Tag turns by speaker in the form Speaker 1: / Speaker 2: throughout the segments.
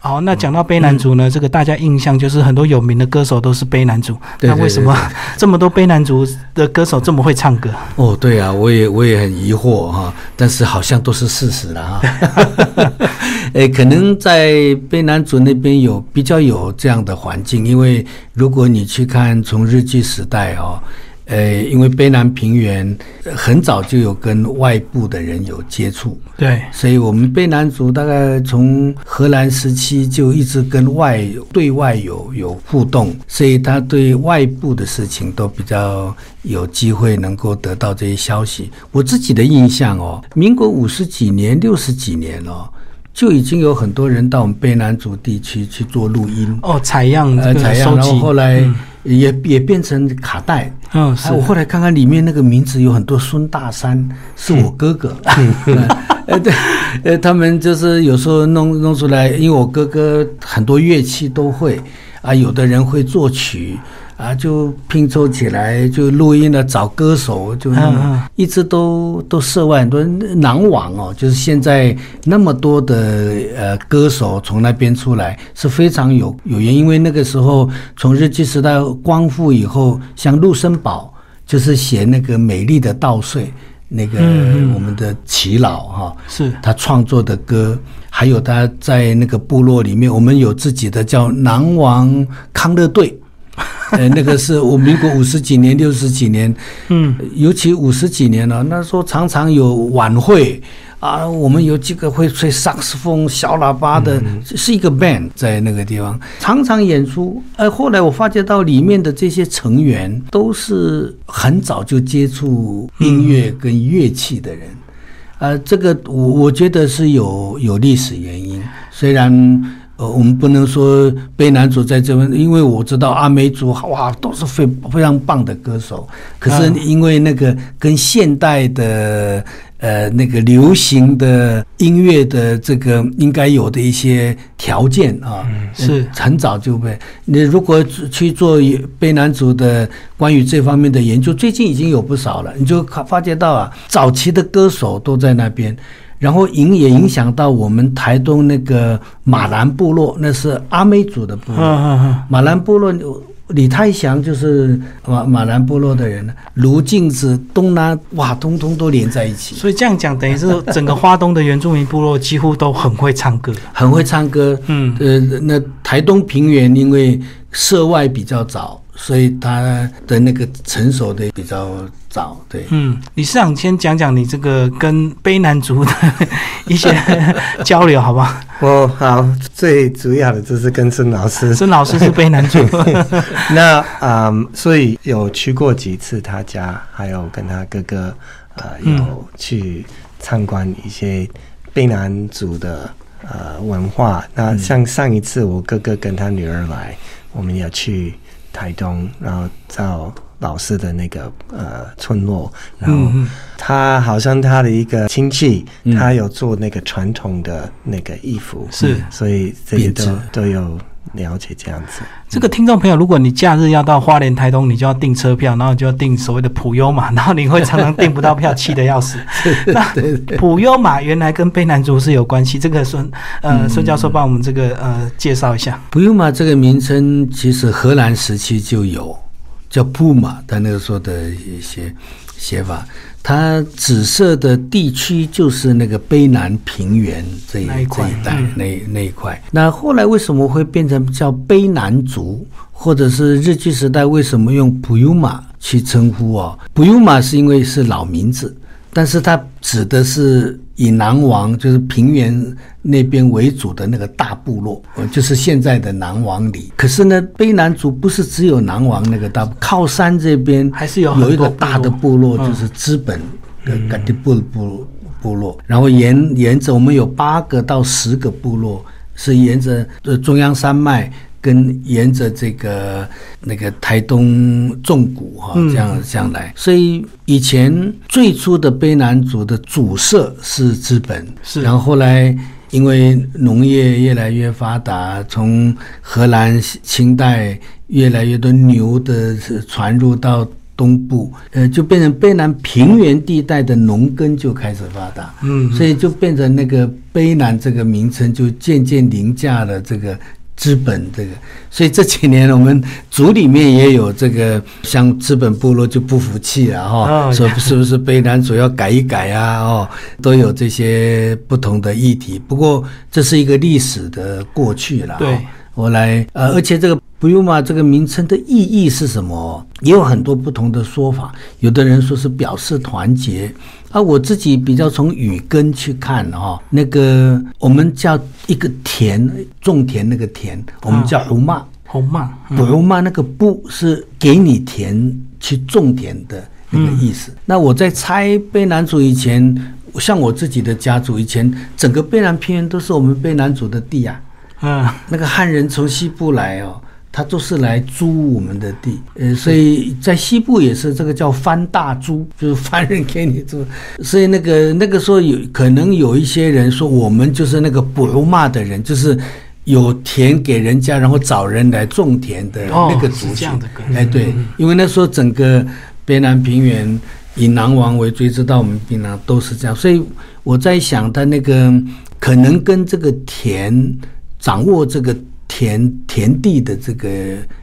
Speaker 1: 好，那讲到悲男族呢，这个大家印象就是很多有名的歌手都是悲男族。
Speaker 2: 对
Speaker 1: 那
Speaker 2: 对
Speaker 1: 为什么 这么多悲男族的歌手这么会唱歌？
Speaker 2: 哦，对啊，我也我也很疑惑哈、但是好像都是事实了 哈。诶，哎可能在卑南族那边有比较有这样的环境，因为如果你去看从日据时代哦，呃，因为卑南平原呃很早就有跟外部的人有接触，
Speaker 1: 对，
Speaker 2: 所以我们卑南族大概从荷兰时期就一直跟外对外有有互动，所以他对外部的事情都比较有机会能够得到这些消息。我自己的印象哦，民国五十几年、六十几年哦，就已经有很多人到我们卑南族地区去做录音，
Speaker 1: 哦，采样
Speaker 2: 呃，
Speaker 1: 这
Speaker 2: 采
Speaker 1: 个嗯
Speaker 2: 样，
Speaker 1: 收
Speaker 2: 然后
Speaker 1: 集，
Speaker 2: 后来也、也变成卡带。
Speaker 1: 嗯，
Speaker 2: 哎，
Speaker 1: 是
Speaker 2: 我后来看看里面那个名字有很多孙大山，是我哥哥。 呃，对，呃，他们就是有时候弄弄出来，因为我哥哥很多乐器都会啊，有的人会作曲啊，就拼凑起来就录音了，找歌手就弄，
Speaker 1: 嗯嗯
Speaker 2: 啊一直都都涉外很多人囊网哦，就是现在那么多的呃歌手从那边出来是非常有有缘，因为那个时候从日据时代光复以后，像陆森堡就是写那个美丽的稻穗。那个
Speaker 1: 嗯嗯
Speaker 2: 我们的耆老哈、
Speaker 1: 是
Speaker 2: 他创作的歌，还有他在那个部落里面，我们有自己的叫南王康乐队， 呃，那个是我民国五十几年、六十几年，
Speaker 1: 嗯，
Speaker 2: 尤其五十几年了、啊那时候常常有晚会啊，我们有几个会吹萨克斯风、小喇叭的，
Speaker 1: 嗯
Speaker 2: 是是一个 band 在那个地方常常演出。呃，后来我发觉到里面的这些成员都是很早就接触音乐
Speaker 1: 嗯
Speaker 2: 跟乐器的人。呃，这个我我觉得是有有历史原因，虽然呃我们不能说卑南族在这边，因为我知道阿美族哇都是非非常棒的歌手，可是因为那个跟现代的呃那个流行的音乐的这个应该有的一些条件啊，
Speaker 1: 是
Speaker 2: 很早就被你如果去做卑南族的关于这方面的研究，最近已经有不少了，你就看发觉到啊，早期的歌手都在那边。然后影也影响到我们台东那个马兰部落，那是阿美族的部
Speaker 1: 嗯
Speaker 2: 落。
Speaker 1: 嗯嗯，
Speaker 2: 马兰部落，李泰祥就是马马兰部落的人了。卢镜子、东南哇，通通都连在一起。
Speaker 1: 所以这样讲，等于是整个花东的原住民部落几乎都很会唱 歌。
Speaker 2: 很会唱歌。
Speaker 1: 嗯
Speaker 2: 呃，那台东平原因为涉外比较早，所以它的那个成熟的比较早。对，
Speaker 1: 嗯，理事长先讲讲你这个跟卑南族的 一些交流，好不好？
Speaker 3: 哦，好，最主要的就是跟孙老师。
Speaker 1: 孙老 师是卑南 族，
Speaker 3: 那嗯，所以有去过几次他家，还有跟他哥哥呃
Speaker 1: 嗯
Speaker 3: 有去参观一些卑南族的呃文化。那
Speaker 1: 嗯
Speaker 3: 像上一次我哥哥跟他女儿来，我们也去台东，然后到老师的那个呃村落，然后
Speaker 1: 嗯嗯
Speaker 3: 他好像他的一个亲戚，
Speaker 2: 嗯
Speaker 3: 他有做那个传统的那个衣服，
Speaker 1: 是
Speaker 3: 所以这些都
Speaker 2: 编织
Speaker 3: 都有了解这样子。
Speaker 1: 这个听众朋友，如果你假日要到花莲、台东，你就要订车票，然后就要订所谓的普悠玛，然后你会常常订不到票，气得要死。那 普悠玛原来跟卑南族是有关系，这个孙呃孙教授帮我们这个呃介绍一下。
Speaker 2: 普悠玛这个名称其实荷兰时期就有，叫普玛，他那个时候的一些写法。它紫色的地区就是那个卑南平原这一
Speaker 1: 那一块
Speaker 2: 这一带、那那一块。那后来为什么会变成叫卑南族，或者是日据时代为什么用普悠玛去称呼哦？普悠玛是因为是老名字，但是它指的是以南王，就是平原那边为主的那个大部落，呃就是现在的南王里。可是呢，卑南族不是只有南王那个大部，靠山这边
Speaker 1: 还是有很
Speaker 2: 有一
Speaker 1: 多
Speaker 2: 个大的部落，就是资本的嘎迪布部部落，然后沿沿着我们有八个到十个部落，是沿着呃中央山脉。跟沿着这个那个台东纵谷哈、这样这样来，所以以前最初的卑南族的主社是资本，
Speaker 1: 是
Speaker 2: 然后后来因为农业越来越发达，从荷兰清代越来越多牛的传入到东部，呃，就变成卑南平原地带的农耕就开始发达，
Speaker 1: 嗯
Speaker 2: 所以就变成那个卑南这个名称就渐渐凌驾了这个资本这个，所以这几年我们组里面也有这个像资本部落就不服气了哈、
Speaker 1: 哦
Speaker 2: 说是呃不是卑南主要改一改啊？哦，都有这些不同的议题。不过这是一个历史的过去了、哦，
Speaker 1: 对
Speaker 2: 我来，呃，而且这个 Bruma 这个名称的意义是什么？也有很多不同的说法。有的人说是表示团结，啊，我自己比较从语根去看哦，那个我们叫一个田，种田那个田，我们叫 Bruma，
Speaker 1: 红嘛，嗯
Speaker 2: Bruma 那个不是给你田去种田的那个意思。那我在猜卑南族以前，像我自己的家族以前，整个卑南平原都是我们卑南族的地啊。
Speaker 1: 嗯，
Speaker 2: 那个汉人从西部来哦，他都是来租我们的地，呃，所以在西部也是这个叫番大租，就是番人给你租，所以那个那个时候有可能有一些人说我们就是那个布鲁骂的人，就是。有田给人家，然后找人来种田的
Speaker 1: 哦
Speaker 2: 那个族
Speaker 1: 是这
Speaker 2: 群，
Speaker 1: 样的概念
Speaker 2: 哎，对，因为那时候整个边南平原以南王为追，知道我们槟榔都是这样，所以我在想，他那个可能跟这个田掌握这个田田地的这个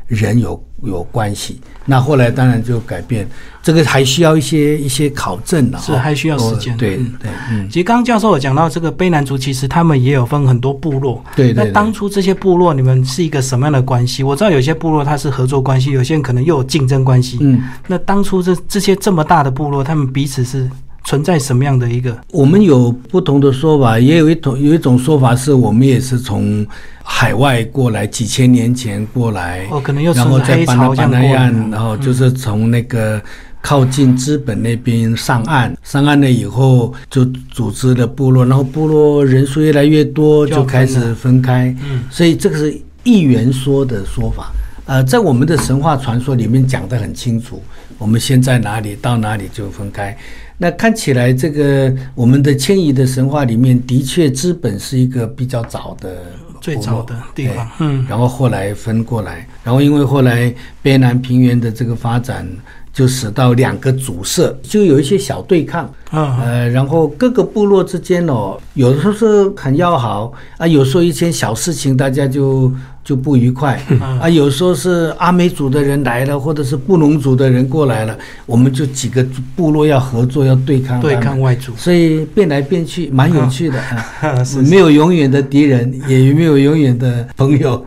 Speaker 2: 人有有关系。那后来当然就改变，这个还需要一些一些考证了哈，哦
Speaker 1: 是还需要时间
Speaker 2: 我对
Speaker 1: 嗯
Speaker 2: 对，嗯，
Speaker 1: 其实刚刚教授有讲到这个卑南族，其实他们也有分很多部落。
Speaker 2: 对对
Speaker 1: 那
Speaker 2: 对
Speaker 1: 当初这些部落，你们是一个什么样的关系？我知道有些部落它是合作关系，有些人可能又有竞争关系。
Speaker 2: 嗯。
Speaker 1: 那当初这这些这么大的部落，他们彼此是存在什么样的一个？
Speaker 2: 我们有不同的说法，也有一种有一种说法是我们也是从海外过来，几千年前过来，
Speaker 1: 哦，可能又
Speaker 2: 然
Speaker 1: 存
Speaker 2: 后
Speaker 1: 在
Speaker 2: 在
Speaker 1: 黑
Speaker 2: 巴拿
Speaker 1: 潮这
Speaker 2: 巴
Speaker 1: 样过
Speaker 2: 拿亚，然
Speaker 1: 来。
Speaker 2: 后就是从那个靠近资本那边上岸，上岸了以后就组织了部落，然后部落人数越来越多，
Speaker 1: 就要
Speaker 2: 就开始分开。
Speaker 1: 嗯
Speaker 2: 所以这个是议员说的说法。呃，在我们的神话传说里面讲得很清楚，我们先在哪里到哪里就分开。那看起来，这个我们的迁移的神话里面，的确资本是一个比较早的
Speaker 1: 最
Speaker 2: 部
Speaker 1: 早
Speaker 2: 落
Speaker 1: 的地
Speaker 2: 对
Speaker 1: 方，嗯，
Speaker 2: 然后后来分过来，然后因为后来边南平原的这个发展，就使到两个主社就有一些小对抗，
Speaker 1: 嗯，
Speaker 2: 呃，然后各个部落之间哦，有的时候是很要好啊，有时候一些小事情大家就就不愉快
Speaker 1: 嗯
Speaker 2: 啊，有时候是阿美族的人来了，或者是布农族的人过来了，我们就几个部落要合作，要对抗他
Speaker 1: 对
Speaker 2: 们
Speaker 1: 抗 外族，
Speaker 2: 所以变来变去，蛮有趣的啊。
Speaker 1: 是
Speaker 2: 没有永远的敌人，也没有永远的朋友，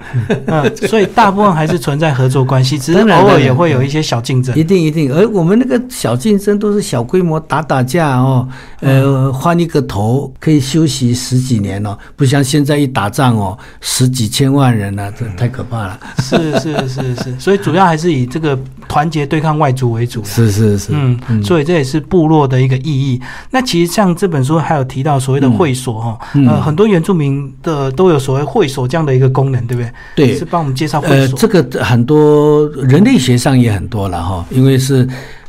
Speaker 1: 嗯，所以大部分还是存在合作关 系，只是
Speaker 2: 当然
Speaker 1: 偶尔
Speaker 2: 当然嗯
Speaker 1: 也会有一些小竞争
Speaker 2: 一。定一定。而我们那个小竞争都是小规模打打架哦，
Speaker 1: 嗯
Speaker 2: 呃，换一个头可以休息十几年哦，不像现在一打仗哦，十几千万人呢、这太可怕
Speaker 1: 嗯
Speaker 2: 了。
Speaker 1: 是是是是，所以主要还是以这个团结对抗外族为主啦。
Speaker 2: 是是是，
Speaker 1: 嗯，所以这也是部落的一个意义。那其实像这本书还有提到所谓的会所哈、
Speaker 2: 嗯
Speaker 1: 呃，很多原住民的都有所谓会所这样的一个功能，对不对？
Speaker 2: 对
Speaker 1: 是帮我们介绍啊会
Speaker 2: 呃，
Speaker 1: 所。
Speaker 2: 这个很多人类学上也很多了哈，因为是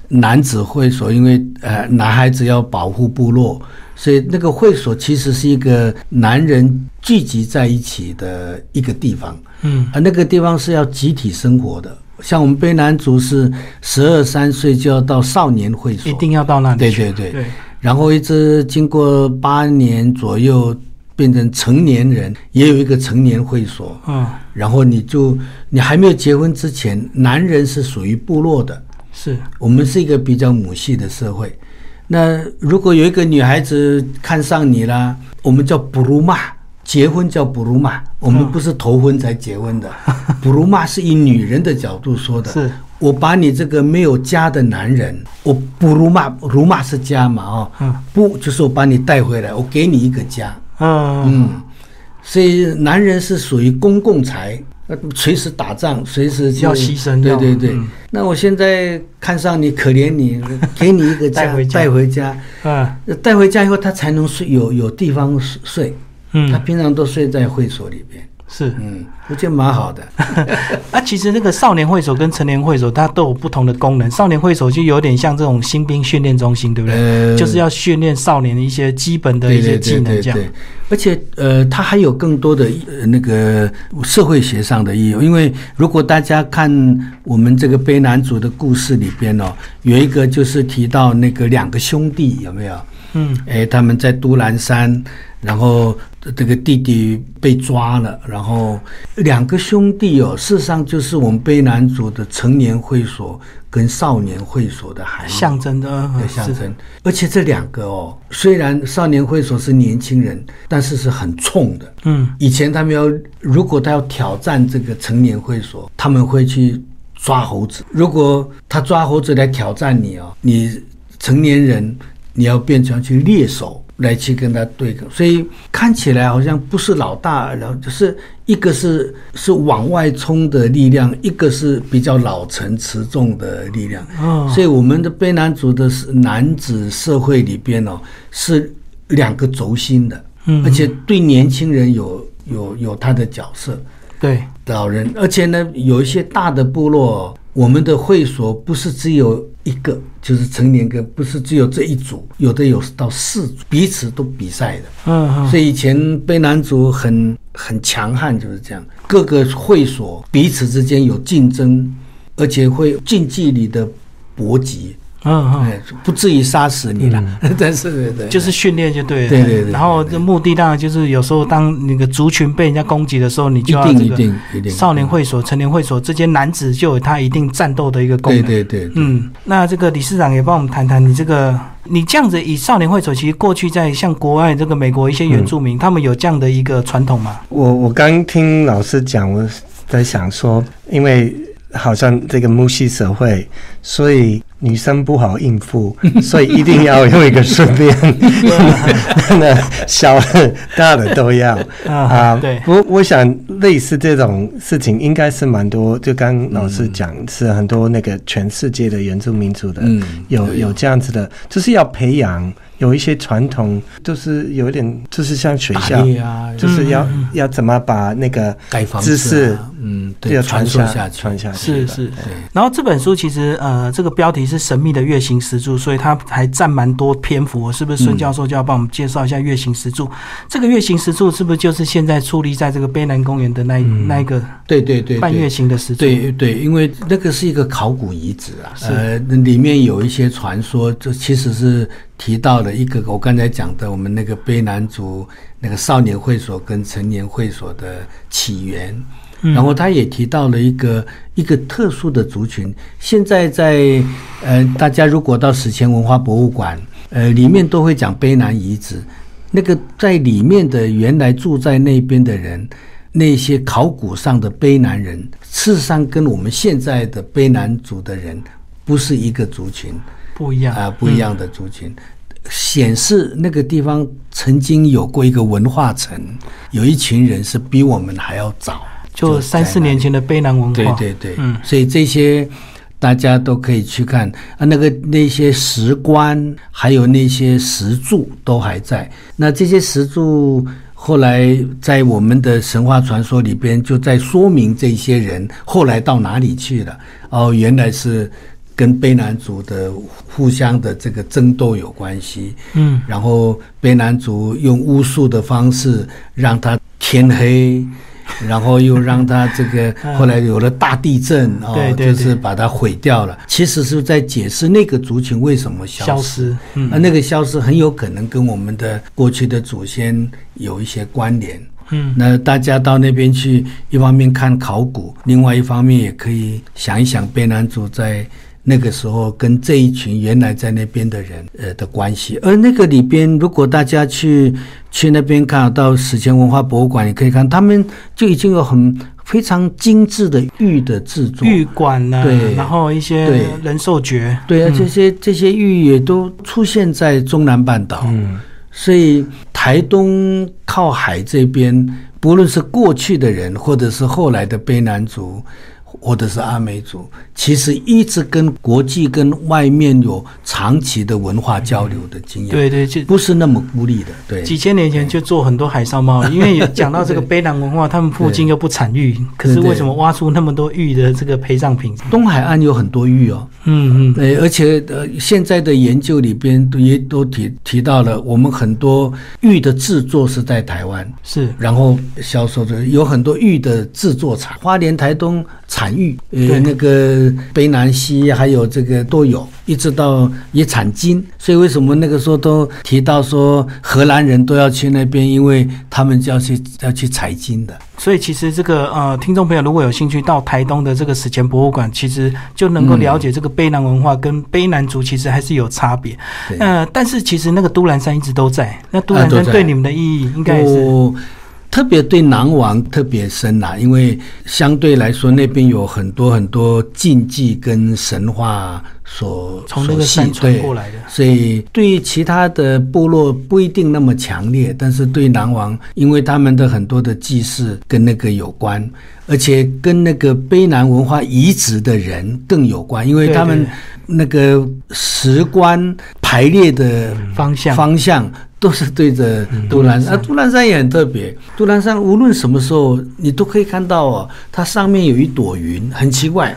Speaker 2: 男子会所，因为呃男孩子要保护部落，所以那个会所其实是一个男人聚集在一起的一个地方。
Speaker 1: 嗯，
Speaker 2: 啊，那个地方是要集体生活的。像我们卑南族是十二三岁就要到少年会所，
Speaker 1: 一定要到那里
Speaker 2: 对
Speaker 1: 去。啊
Speaker 2: 对对，
Speaker 1: 对
Speaker 2: 然后一直经过八年左右变成成年人，也有一个成年会所。
Speaker 1: 嗯，
Speaker 2: 然后你就你还没有结婚之前，男人是属于部落的，
Speaker 1: 是
Speaker 2: 我们是一个比较母系的社会。那如果有一个女孩子看上你啦，我们叫布鲁玛，结婚叫布鲁
Speaker 1: 嗯
Speaker 2: 玛，我们不是头婚才结 婚的，布鲁玛是以女人的角度说的。
Speaker 1: 是，
Speaker 2: 我把你这个没有家的男人，我布鲁玛，鲁玛是家嘛哦，
Speaker 1: 嗯
Speaker 2: 不就是我把你带回来，我给你一个家，
Speaker 1: 嗯
Speaker 2: 嗯，所以男人是属于公共财，呃随时打仗，随时就
Speaker 1: 要牺牲
Speaker 2: 对
Speaker 1: 要
Speaker 2: 对对，
Speaker 1: 嗯
Speaker 2: 那我现在看上你，可怜 你，给你一个家，
Speaker 1: 带回家
Speaker 2: 家
Speaker 1: 嗯
Speaker 2: 呃带回家以后，他才能睡，有有地方睡。
Speaker 1: 嗯
Speaker 2: 他平常都睡在会所里边。
Speaker 1: 是
Speaker 2: 嗯，我觉得蛮 好的。
Speaker 1: 啊，其实那个少年会所跟成年会所它都有不同的功能。少年会所就有点像这种新兵训练中心，对不对？
Speaker 2: 呃
Speaker 1: 就是要训练少年的一些基本的
Speaker 2: 对
Speaker 1: 一
Speaker 2: 对
Speaker 1: 些
Speaker 2: 对
Speaker 1: 技
Speaker 2: 对
Speaker 1: 能，这
Speaker 2: 对，
Speaker 1: 样。
Speaker 2: 而且呃，它还有更多的、呃、那个社会学上的意义，因为如果大家看我们这个悲男主的故事里边哦，有一个就是提到那个两个兄弟有没有？
Speaker 1: 嗯，
Speaker 2: 哎，他们在都兰山，然后这个弟弟被抓了，然后两个兄弟哦，事实上就是我们卑南族的成年会所跟少年会所的含义。
Speaker 1: 象征的嗯
Speaker 2: 的
Speaker 1: 嗯
Speaker 2: 象
Speaker 1: 是
Speaker 2: 征，而且这两个哦，虽然少年会所是年轻人，但是是很冲的。
Speaker 1: 嗯，
Speaker 2: 以前他们要，如果他要挑战这个成年会所，他们会去抓猴子。如果他抓猴子来挑战你哦，你成年人你要变成去猎手来去跟他对抗，所以看起来好像不是老大，然后就是一个是是往外冲的力量，一个是比较老成持重的力量。
Speaker 1: 哦
Speaker 2: 所以我们的卑南族的男子社会里边哦，是两个轴心的，
Speaker 1: 嗯
Speaker 2: 而且对年轻人有有有他的角色，
Speaker 1: 对，
Speaker 2: 老人，而且呢，有一些大的部落哦，我们的会所不是只有一个，就是成年跟不是只有这一组，有的有到四组，彼此都比赛的。
Speaker 1: 嗯嗯，
Speaker 2: 所以以前卑南族很很强悍，就是这样，各个会所彼此之间有竞争，而且会近距离的搏击，
Speaker 1: 嗯嗯，
Speaker 2: 哎，不至于杀死你了， 但是对对，
Speaker 1: 就是训练就对了。
Speaker 2: 对对对
Speaker 1: 然后这目的当然就是有时候当那个族群被人家攻击的时候，你
Speaker 2: 一
Speaker 1: 就要
Speaker 2: 定
Speaker 1: 这
Speaker 2: 一
Speaker 1: 个
Speaker 2: 定一定
Speaker 1: 少年会所、成年会所这些男子就有他一定战斗的一个功
Speaker 2: 对
Speaker 1: 能。
Speaker 2: 对对，对
Speaker 1: 嗯，那这个理事长也帮我们谈谈你这个，你这样子以少年会所，其实过去在像国外这个美国一些原住民，他们有这样的一个传统嘛？
Speaker 3: 我我刚听老师讲，我在想说，因为好像这个母系社会，所以女生不好应付，所以一定要有一个顺便， 那小的大的都要啊。
Speaker 1: 对，
Speaker 3: 不，我想类似这种事情应该是蛮多，就刚老师讲、是很多那个全世界的原住民族的
Speaker 2: 嗯，
Speaker 3: 有
Speaker 2: 对
Speaker 3: 有这样子的，就是要培养有一些传统，就是有点就是像学
Speaker 2: 打
Speaker 3: 校。
Speaker 2: 猎啊，
Speaker 3: 就是要、
Speaker 1: 嗯嗯嗯
Speaker 3: 要怎么把那个
Speaker 2: 盖房
Speaker 3: 知
Speaker 2: 子
Speaker 3: 识
Speaker 2: 啊，嗯，对，
Speaker 3: 要
Speaker 2: 传
Speaker 3: 传
Speaker 2: 授下
Speaker 3: 下
Speaker 2: 去，
Speaker 3: 传下去
Speaker 1: 是
Speaker 3: 的，
Speaker 1: 是。
Speaker 2: 啊对。
Speaker 1: 然后这本书其实呃，这个标题是《神秘的月形石柱》，所以它还占蛮多篇幅。哦是不是孙教授就要帮我们介绍一下月形石柱？这个月形石柱是不是就是现在矗立在这个卑南公园的那一、那一个
Speaker 2: 对嗯对对，
Speaker 1: 半
Speaker 2: 对
Speaker 1: 月形的石柱？
Speaker 2: 对对，因为那个是一个考古遗址啊，呃，里面有一些传说，这其实是提到了一个我刚才讲的我们那个卑南族那个少年会所跟成年会所的起源，然后他也提到了一个一个特殊的族群，现在在呃，大家如果到史前文化博物馆，呃，里面都会讲卑南遗址，那个在里面的原来住在那边的人，那些考古上的卑南人，事实上跟我们现在的卑南族的人不是一个族群
Speaker 1: 不一
Speaker 2: 啊、
Speaker 1: 样。
Speaker 2: 不一样的族群。显示那个地方曾经有过一个文化城，有一群人是比我们还要早，
Speaker 1: 就
Speaker 2: 在
Speaker 1: 三四
Speaker 2: 那
Speaker 1: 年前的卑南文化。
Speaker 2: 对对对，
Speaker 1: 嗯
Speaker 2: 所以这些大家都可以去看啊，那个那些石棺，还有那些石柱都还在。那这些石柱后来在我们的神话传说里边，就在说明这些人后来到哪里去了。哦，原来是。跟卑南族的互相的这个争斗有关系，
Speaker 1: 嗯，
Speaker 2: 然后卑南族用巫术的方式让它天黑，然后又让它这 个后来有了大地震
Speaker 1: 啊
Speaker 2: 哦，
Speaker 1: 对对对
Speaker 2: 就是把它毁掉了。其实是在解释那个族群为什么消
Speaker 1: 消
Speaker 2: 失
Speaker 1: 失。。嗯
Speaker 2: 啊，那个消失很有可能跟我们的过去的祖先有一些关联。
Speaker 1: 嗯，
Speaker 2: 那大家到那边去，一方面看考古，另外一方面也可以想一想卑南族在那个时候跟这一群原来在那边的人呃的关系。而那个里边，如果大家去去那边看到史前文化博物馆，你可以看他们就已经有很非常精致的玉的制作，
Speaker 1: 玉管呢、
Speaker 2: 对
Speaker 1: 啊然后一些
Speaker 2: 对
Speaker 1: 人兽诀，
Speaker 2: 对啊，这些这些玉也都出现在中南半岛，
Speaker 3: 嗯，
Speaker 2: 所以台东靠海这边，不论是过去的人，或者是后来的卑南族，或者是阿美族，其实一直跟国际、跟外面有长期的文化交流的经验，
Speaker 1: 对对，就
Speaker 2: 不是那么孤立的。对，
Speaker 1: 几千年前就做很多海上贸易，因为讲到这 个卑南文化，他们附近又不产玉，可是为什么挖出那么多玉的这个陪葬品？
Speaker 2: 东海岸有很多玉哦，
Speaker 1: 嗯嗯，
Speaker 2: 对，而且呃，现在的研究里边都也都提提到了，我们很多玉的制作是在台湾，
Speaker 1: 是
Speaker 2: 然后销售的有很多玉的制作厂，花莲、台东产玉，
Speaker 1: 对
Speaker 2: 呃，那个卑南溪还有这个都有，一直到也产金，所以为什么那个时候都提到说荷兰人都要去那边，因为他们就要去要去采金的。
Speaker 1: 所以其实这个呃，听众朋友如果有兴趣到台东的这个史前博物馆，其实就能够了解这个卑南文化跟卑南族其实还是有差别。
Speaker 2: 对
Speaker 1: 呃，但是其实那个都兰山一直都在，那都兰
Speaker 2: 啊
Speaker 1: 山
Speaker 2: 都在哦
Speaker 1: 对你们的意义应该也是
Speaker 2: 我特别对南王特别深啦、因为相对来说那边有很多很多禁忌跟神话所
Speaker 1: 从那个
Speaker 2: 所系
Speaker 1: 山传
Speaker 2: 对
Speaker 1: 过来的
Speaker 2: 所以对于其他的部落不一定那么强烈，但是对南王，因为他们的很多的祭祀跟那个有关，而且跟那个卑南文化移植的人更有关，因为
Speaker 1: 对
Speaker 2: 他们
Speaker 1: 对
Speaker 2: 那个石棺排列的
Speaker 1: 方向。嗯
Speaker 2: 方向都是对着杜兰山。啊，杜兰山也很特别，杜兰山无论什么时候你都可以看到哦，它上面有一朵云，很 奇怪，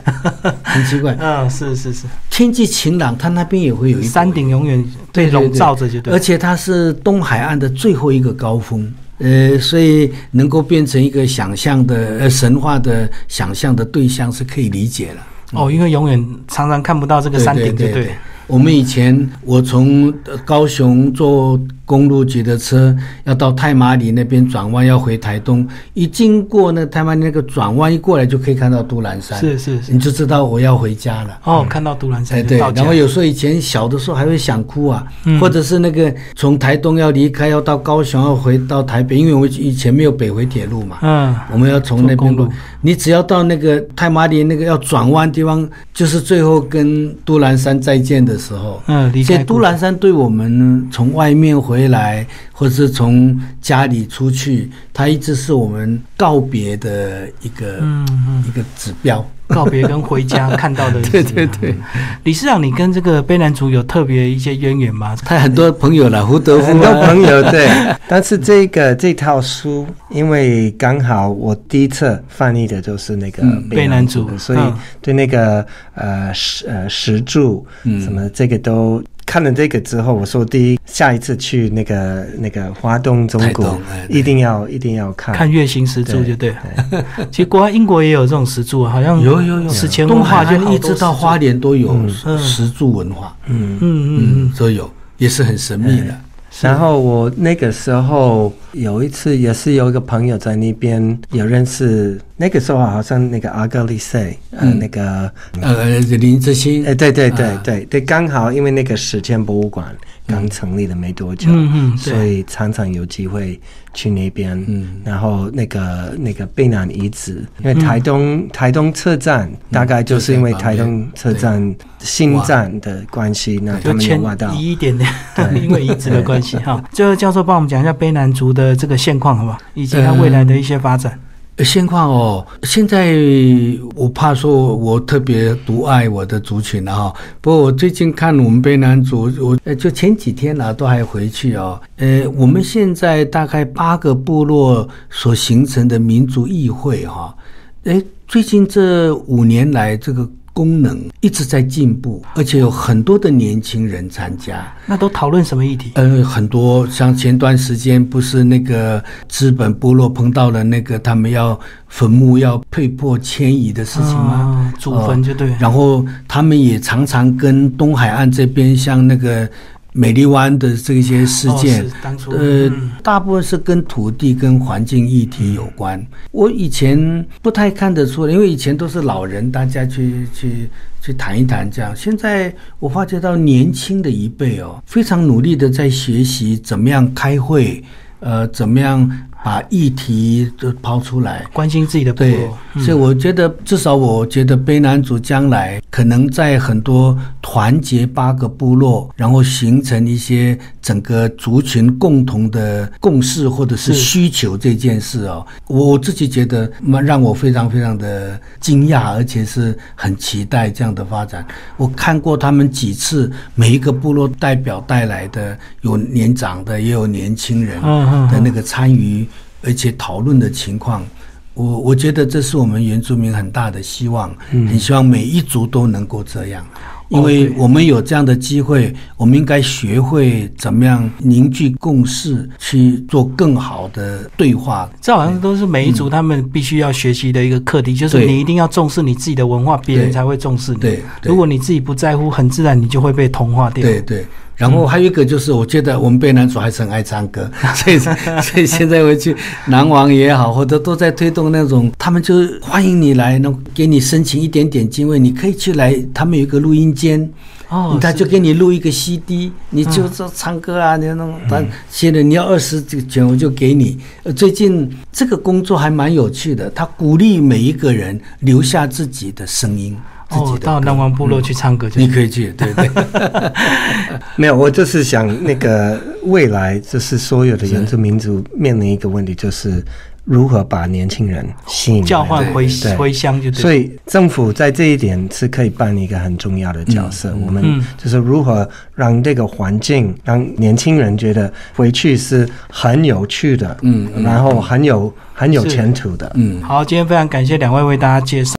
Speaker 2: 很奇怪。
Speaker 1: 嗯，是是是，
Speaker 2: 天气晴朗，它那边也会有一朵
Speaker 1: 山顶永远被
Speaker 2: 对对对
Speaker 1: 笼罩着，就对了。
Speaker 2: 而且它是东海岸的最后一个高峰。呃，所以能够变成一个想象的呃神话的想象的对象是可以理解了。
Speaker 1: 哦，因为永远常常看不到这个山顶，就对了。
Speaker 2: 我们以前我从呃高雄坐公路局的车，要到太麻里那边转弯，要回台东，一经过那太麻里那个转弯，一过来就可以看到都兰山，
Speaker 1: 是是是。
Speaker 2: 你就知道我要回家了。
Speaker 1: 哦，看到独兰
Speaker 2: 嗯哎，
Speaker 1: 山就
Speaker 2: 对，
Speaker 1: 到家
Speaker 2: 然后有时候以前小的时候还会想哭啊，
Speaker 1: 嗯
Speaker 2: 或者是那个从台东要离开，要到高雄，要回到台北，因为我以前没有北回铁路嘛，
Speaker 1: 嗯，
Speaker 2: 我们要从那边
Speaker 1: 走公
Speaker 2: 过
Speaker 1: 路，
Speaker 2: 你只要到那个太麻里那个要转弯地方，就是最后跟都兰山再见的时候。
Speaker 1: 嗯，离
Speaker 2: 所
Speaker 1: 开
Speaker 2: 以都兰山对我们从外面回来，或者是从家里出去，它一直是我们告别的一个、
Speaker 1: 嗯嗯，
Speaker 2: 一个指标。
Speaker 1: 告别跟回家 看到的意思。啊
Speaker 2: 对对对，
Speaker 1: 嗯理事长，你跟这个卑南族有特别一些渊源吗？
Speaker 2: 他很多朋友了，胡德夫、
Speaker 3: 很多
Speaker 2: 啊，
Speaker 3: 朋友对，但是这个这套书，因为刚好我第一次翻译的就是那个
Speaker 2: 嗯
Speaker 1: 卑南族
Speaker 3: 的所以
Speaker 1: 嗯
Speaker 3: 对那个呃石呃石柱
Speaker 2: 嗯
Speaker 3: 什么这个都。看了这个之后，我说第一，下一次去那个那个华东中
Speaker 2: 台
Speaker 3: 国
Speaker 2: 东哎，对
Speaker 3: 一定要一定要
Speaker 2: 啊
Speaker 3: 看。
Speaker 1: 看月形石柱就对了。 其实国外英国也有这种石柱啊，好像
Speaker 2: 有有有
Speaker 1: 史前文
Speaker 2: 东
Speaker 1: 化
Speaker 2: 海
Speaker 1: 就
Speaker 2: 岸一直到花
Speaker 1: 花。
Speaker 2: 莲都有
Speaker 1: 嗯
Speaker 2: 石柱文化，
Speaker 1: 嗯
Speaker 3: 嗯，
Speaker 1: 嗯哎
Speaker 2: 嗯
Speaker 1: 嗯，，
Speaker 2: 都有，也是很神秘的。
Speaker 3: 然后我那个时候有一次也是有一个朋友在那边有认识，那个时候好像那个阿格里塞，呃，
Speaker 2: 嗯
Speaker 3: 那个
Speaker 2: 呃，林志兴
Speaker 3: 哎、，对对对
Speaker 2: 啊嗯
Speaker 3: 对对，刚好因为那个史前博物馆刚成立了没多久，
Speaker 1: 嗯嗯对
Speaker 3: 所以常常有机会去那边。
Speaker 2: 嗯
Speaker 3: 然后那个那个贝南遗址，
Speaker 1: 嗯
Speaker 3: 因为台东、台东车站大概就是因为
Speaker 2: 就在旁
Speaker 3: 台
Speaker 2: 边
Speaker 3: 东车站新站的关系，
Speaker 2: 哎
Speaker 3: 那他
Speaker 1: 就
Speaker 3: 们有
Speaker 1: 迁
Speaker 3: 挖到。
Speaker 1: 移一点点， 因为移植的关系哈。最后教授帮我们讲一下卑南族的这个现况，好不好？以及
Speaker 2: 嗯
Speaker 1: 它未来的一些发展。
Speaker 2: 呃现况哦，现在我怕说我特别独爱我的族群了哈、不过我最近看我们卑南族，我呃就前几天啊都还回去哦。呃，我们现在大概八个部落所形成的民族议会哈、诶，最近这五年来这个。功能一直在进步，而且有很多的年轻人参加。
Speaker 1: 那都讨论什么议题？
Speaker 2: 呃，很多像前段时间不是那个资本部落碰到了那个他们要坟墓要被迫迁移的事情吗？哦
Speaker 1: 啊，祖坟就对了。
Speaker 2: 然后他们也常常跟东海岸这边像那个美丽湾的这些事
Speaker 1: 哦、
Speaker 2: 件
Speaker 1: 是当初
Speaker 2: 呃
Speaker 1: 嗯，
Speaker 2: 大部分是跟土地跟环境议题有关。我以前不太看得出来，因为以前都是老人大家去去去谈一谈这样。现在我发觉到年轻的一辈哦，非常努力的在学习怎么样开会，呃，怎么样把议题都抛出来。
Speaker 1: 关心自己的部
Speaker 2: 对
Speaker 1: 落，，
Speaker 2: 所以我觉得，至少我觉得卑南族将来可能在很多团结八个部落，然后形成一些整个族群共同的共识或者是需求这件事哦，我我自己觉得蛮让我非常非常的惊讶，而且是很期待这样的发展。我看过他们几次，每一个部落代表带来的有年长的，也有年轻人
Speaker 1: 嗯嗯
Speaker 2: 的那个参与，而且讨论的情况。我我觉得这是我们原住民很大的希望，
Speaker 1: 嗯
Speaker 2: 很希望每一族都能够这
Speaker 1: 哦
Speaker 2: 样，因为我们有这样的机会，我们应该学会怎么样凝聚共识，去做更好的对话。
Speaker 1: 这好像都是每一族他们必须要学习的一个课题，就是
Speaker 2: 嗯对
Speaker 1: 你一定要重视你自己的文化，别人才会重视你。
Speaker 2: 对对
Speaker 1: 如果你自己不在乎，很自然你就会被同化掉。
Speaker 2: 对对，然后还有一个就是，我觉得我们卑南族还是很爱 唱歌，所以所以现在回去南王也好，或者都在推动那种，他们就欢迎你来，能给你申请一点点经费，你可以去来，他们有一个录音间。
Speaker 1: 哦，
Speaker 2: 他就是给你录一个 CD，你就说唱歌啊，你弄，他现在你要二十卷，我就给你。呃最近这个工作还蛮有趣的，他鼓励每一个人留下自己的声音，自己
Speaker 1: 哦，
Speaker 2: 的嗯
Speaker 1: 到
Speaker 2: 歌
Speaker 1: 南王部落去唱歌就
Speaker 2: 你可以去，对对
Speaker 3: 没有，我就是想那个未来，就是所有的原住民族面临一个问题，就是如何把年轻人吸引来
Speaker 1: 交换回
Speaker 3: 对
Speaker 1: 回乡就
Speaker 3: 所
Speaker 1: 对。
Speaker 3: 以政府在这一点是可以扮演一个很重要的角色。我们
Speaker 1: 嗯
Speaker 3: 就是如何让这个环境，让年轻人觉得回去是很有趣的，
Speaker 2: 嗯嗯
Speaker 3: 然后很有很有
Speaker 1: 是
Speaker 3: 前途的，
Speaker 2: 嗯。
Speaker 1: 好，今天非常感谢两位为大家介绍。